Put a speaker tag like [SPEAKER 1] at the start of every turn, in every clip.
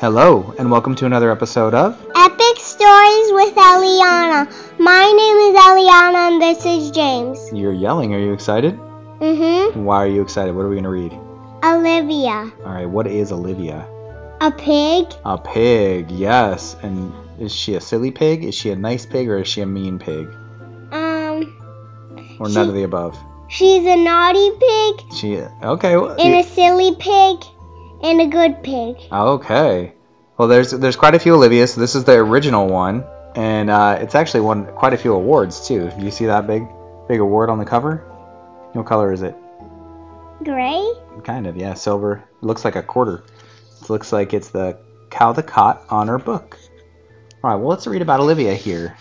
[SPEAKER 1] Hello, and welcome to another episode of
[SPEAKER 2] Epic Stories with Eliana. My name is Eliana and this is James.
[SPEAKER 1] You're Yelling. Are you excited?
[SPEAKER 2] Mm hmm.
[SPEAKER 1] Why are you excited? What are we going to read?
[SPEAKER 2] Olivia.
[SPEAKER 1] All right, what is Olivia?
[SPEAKER 2] A pig?
[SPEAKER 1] A pig, yes. And is she a silly pig? Is she a nice pig or is she a mean pig?
[SPEAKER 2] Um,
[SPEAKER 1] Or none
[SPEAKER 2] She-
[SPEAKER 1] of the above?
[SPEAKER 2] she's a naughty pig
[SPEAKER 1] She, okay. Well,
[SPEAKER 2] and a silly pig and a good pig.
[SPEAKER 1] Okay. Well, there's there's quite a few Olivias. This is the original one, and uh, it's actually won quite a few awards too. Do you see that big big award on the cover? What color is it?
[SPEAKER 2] Gray?
[SPEAKER 1] Kind of, yeah, silver. Looks like a quarter. It looks like it's the cow the cot on her book. All right. Well, let's read about Olivia here.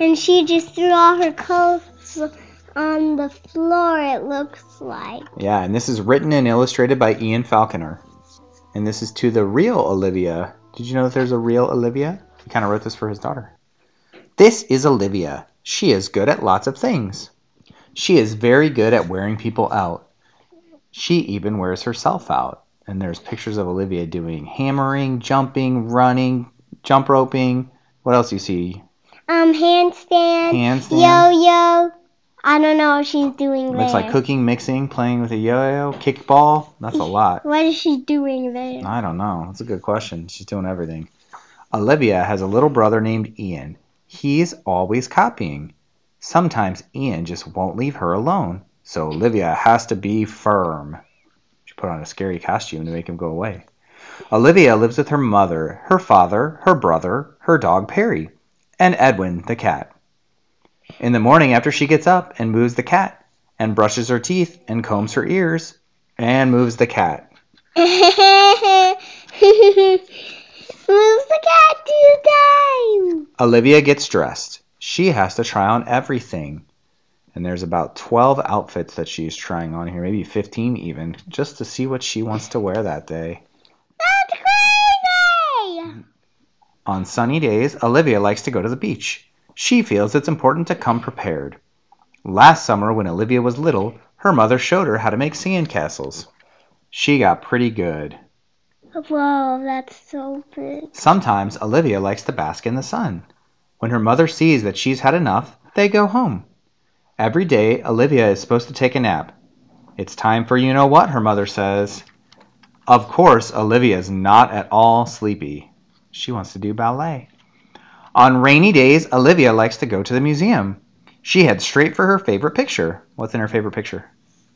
[SPEAKER 2] And she just threw all her clothes on the floor, it looks like.
[SPEAKER 1] Yeah, and this is written and illustrated by Ian Falconer, and this is to the real Olivia. Did you know that there's a real Olivia? He kind of wrote this for his daughter. This is Olivia. She is good at lots of things. She is very good at wearing people out. She even wears herself out. And there's pictures of Olivia doing hammering, jumping, running, jump roping. What else you see?
[SPEAKER 2] Um, handstand.
[SPEAKER 1] Handstand.
[SPEAKER 2] Yo yo. I don't know what she's doing
[SPEAKER 1] Looks
[SPEAKER 2] there.
[SPEAKER 1] like cooking, mixing, playing with a yo-yo, kickball. That's a lot.
[SPEAKER 2] What is she doing there?
[SPEAKER 1] I don't know. That's a good question. She's doing everything. Olivia has a little brother named Ian. He's always copying. Sometimes Ian just won't leave her alone, so Olivia has to be firm. She put on a scary costume to make him go away. Olivia lives with her mother, her father, her brother, her dog Perry, and Edwin the cat. In the morning, after she gets up and moves the cat, and brushes her teeth and combs her ears, and moves the cat.
[SPEAKER 2] Moves the cat two times.
[SPEAKER 1] Olivia gets dressed. She has to try on everything. And there's about 12 outfits that she's trying on here, maybe 15 even, just to see what she wants to wear that day.
[SPEAKER 2] That's crazy.
[SPEAKER 1] On sunny days, Olivia likes to go to the beach. She feels it's important to come prepared. Last summer, when Olivia was little, her mother showed her how to make sandcastles. She got pretty good.
[SPEAKER 2] Whoa, that's so big.
[SPEAKER 1] Sometimes Olivia likes to bask in the sun. When her mother sees that she's had enough, they go home. Every day, Olivia is supposed to take a nap. It's time for you know what, her mother says. Of course, Olivia's not at all sleepy. She wants to do ballet. On rainy days, Olivia likes to go to the museum. She heads straight for her favorite picture. What's in her favorite picture?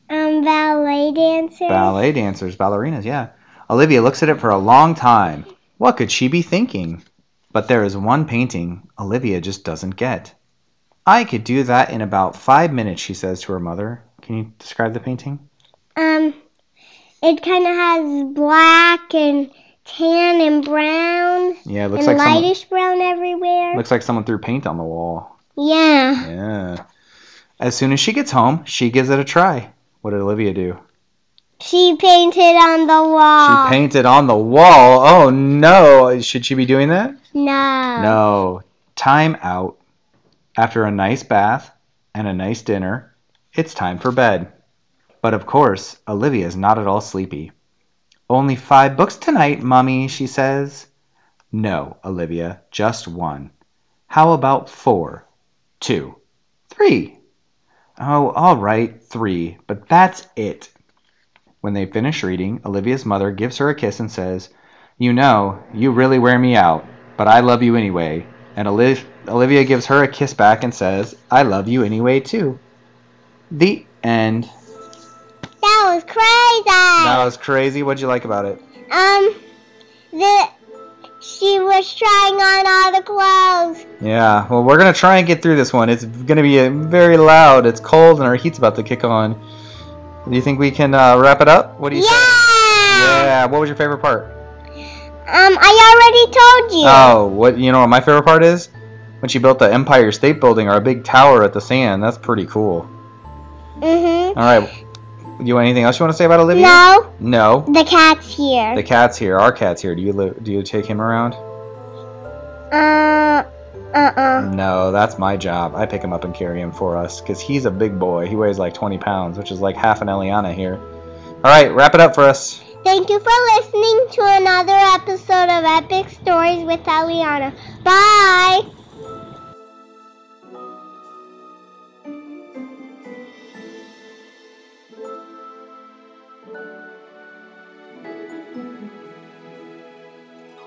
[SPEAKER 2] Um, ballet dancer.
[SPEAKER 1] Ballet dancers, ballerinas, yeah. Olivia looks at it for a long time. What could she be thinking? But there is one painting Olivia just doesn't get. I could do that in about five minutes, she says to her mother. Can you describe the painting?
[SPEAKER 2] Um, it kind of has black and tan and brown
[SPEAKER 1] Yeah, it
[SPEAKER 2] and
[SPEAKER 1] looks like someone,
[SPEAKER 2] lightish brown everywhere.
[SPEAKER 1] looks like someone threw paint on the wall.
[SPEAKER 2] yeah.
[SPEAKER 1] Yeah. As soon as she gets home, she gives it a try. What did Olivia do?
[SPEAKER 2] She painted on the wall.
[SPEAKER 1] She painted on the wall. Oh no! Should she be doing that?
[SPEAKER 2] no.
[SPEAKER 1] No, time out. After a nice bath and a nice dinner, it's time for bed. But of course, Olivia's not at all sleepy. Only five books tonight, Mummy, she says. No, Olivia, just one. How about four? Two. Three. Oh, all right, three, but that's it. When they finish reading, Olivia's mother gives her a kiss and says, You know, you really wear me out but I love you anyway. And Oliv- Olivia gives her a kiss back and says, I love you anyway, too. The end.
[SPEAKER 2] That was crazy.
[SPEAKER 1] That was crazy. What'd you like about it?
[SPEAKER 2] Um, the she was trying on all the clothes.
[SPEAKER 1] Yeah, well, we're going to try and get through this one. It's going to be uh, very loud. It's cold, and our heat's about to kick on. Do you think we can uh, wrap it up? What do you say?
[SPEAKER 2] Yeah.
[SPEAKER 1] Yeah, what was your favorite part?
[SPEAKER 2] Um, I already told you.
[SPEAKER 1] Oh, what you know what my favorite part is? When she built the Empire State Building or a big tower at the sand. That's pretty cool.
[SPEAKER 2] Mhm.
[SPEAKER 1] All right. You want anything else you want to say about Uh, Olivia?
[SPEAKER 2] No,
[SPEAKER 1] No.
[SPEAKER 2] the cat's here.
[SPEAKER 1] The cat's here. Our cat's here. Do you li- do you take him around?
[SPEAKER 2] uh, uh,
[SPEAKER 1] No, that's my job. I pick him up and carry him for us because he's a big boy. He weighs like 20 pounds, which is like half an Eliana here. All right, wrap it up for us.
[SPEAKER 2] Thank you for listening to another episode of Epic Stories with Eliana. Bye!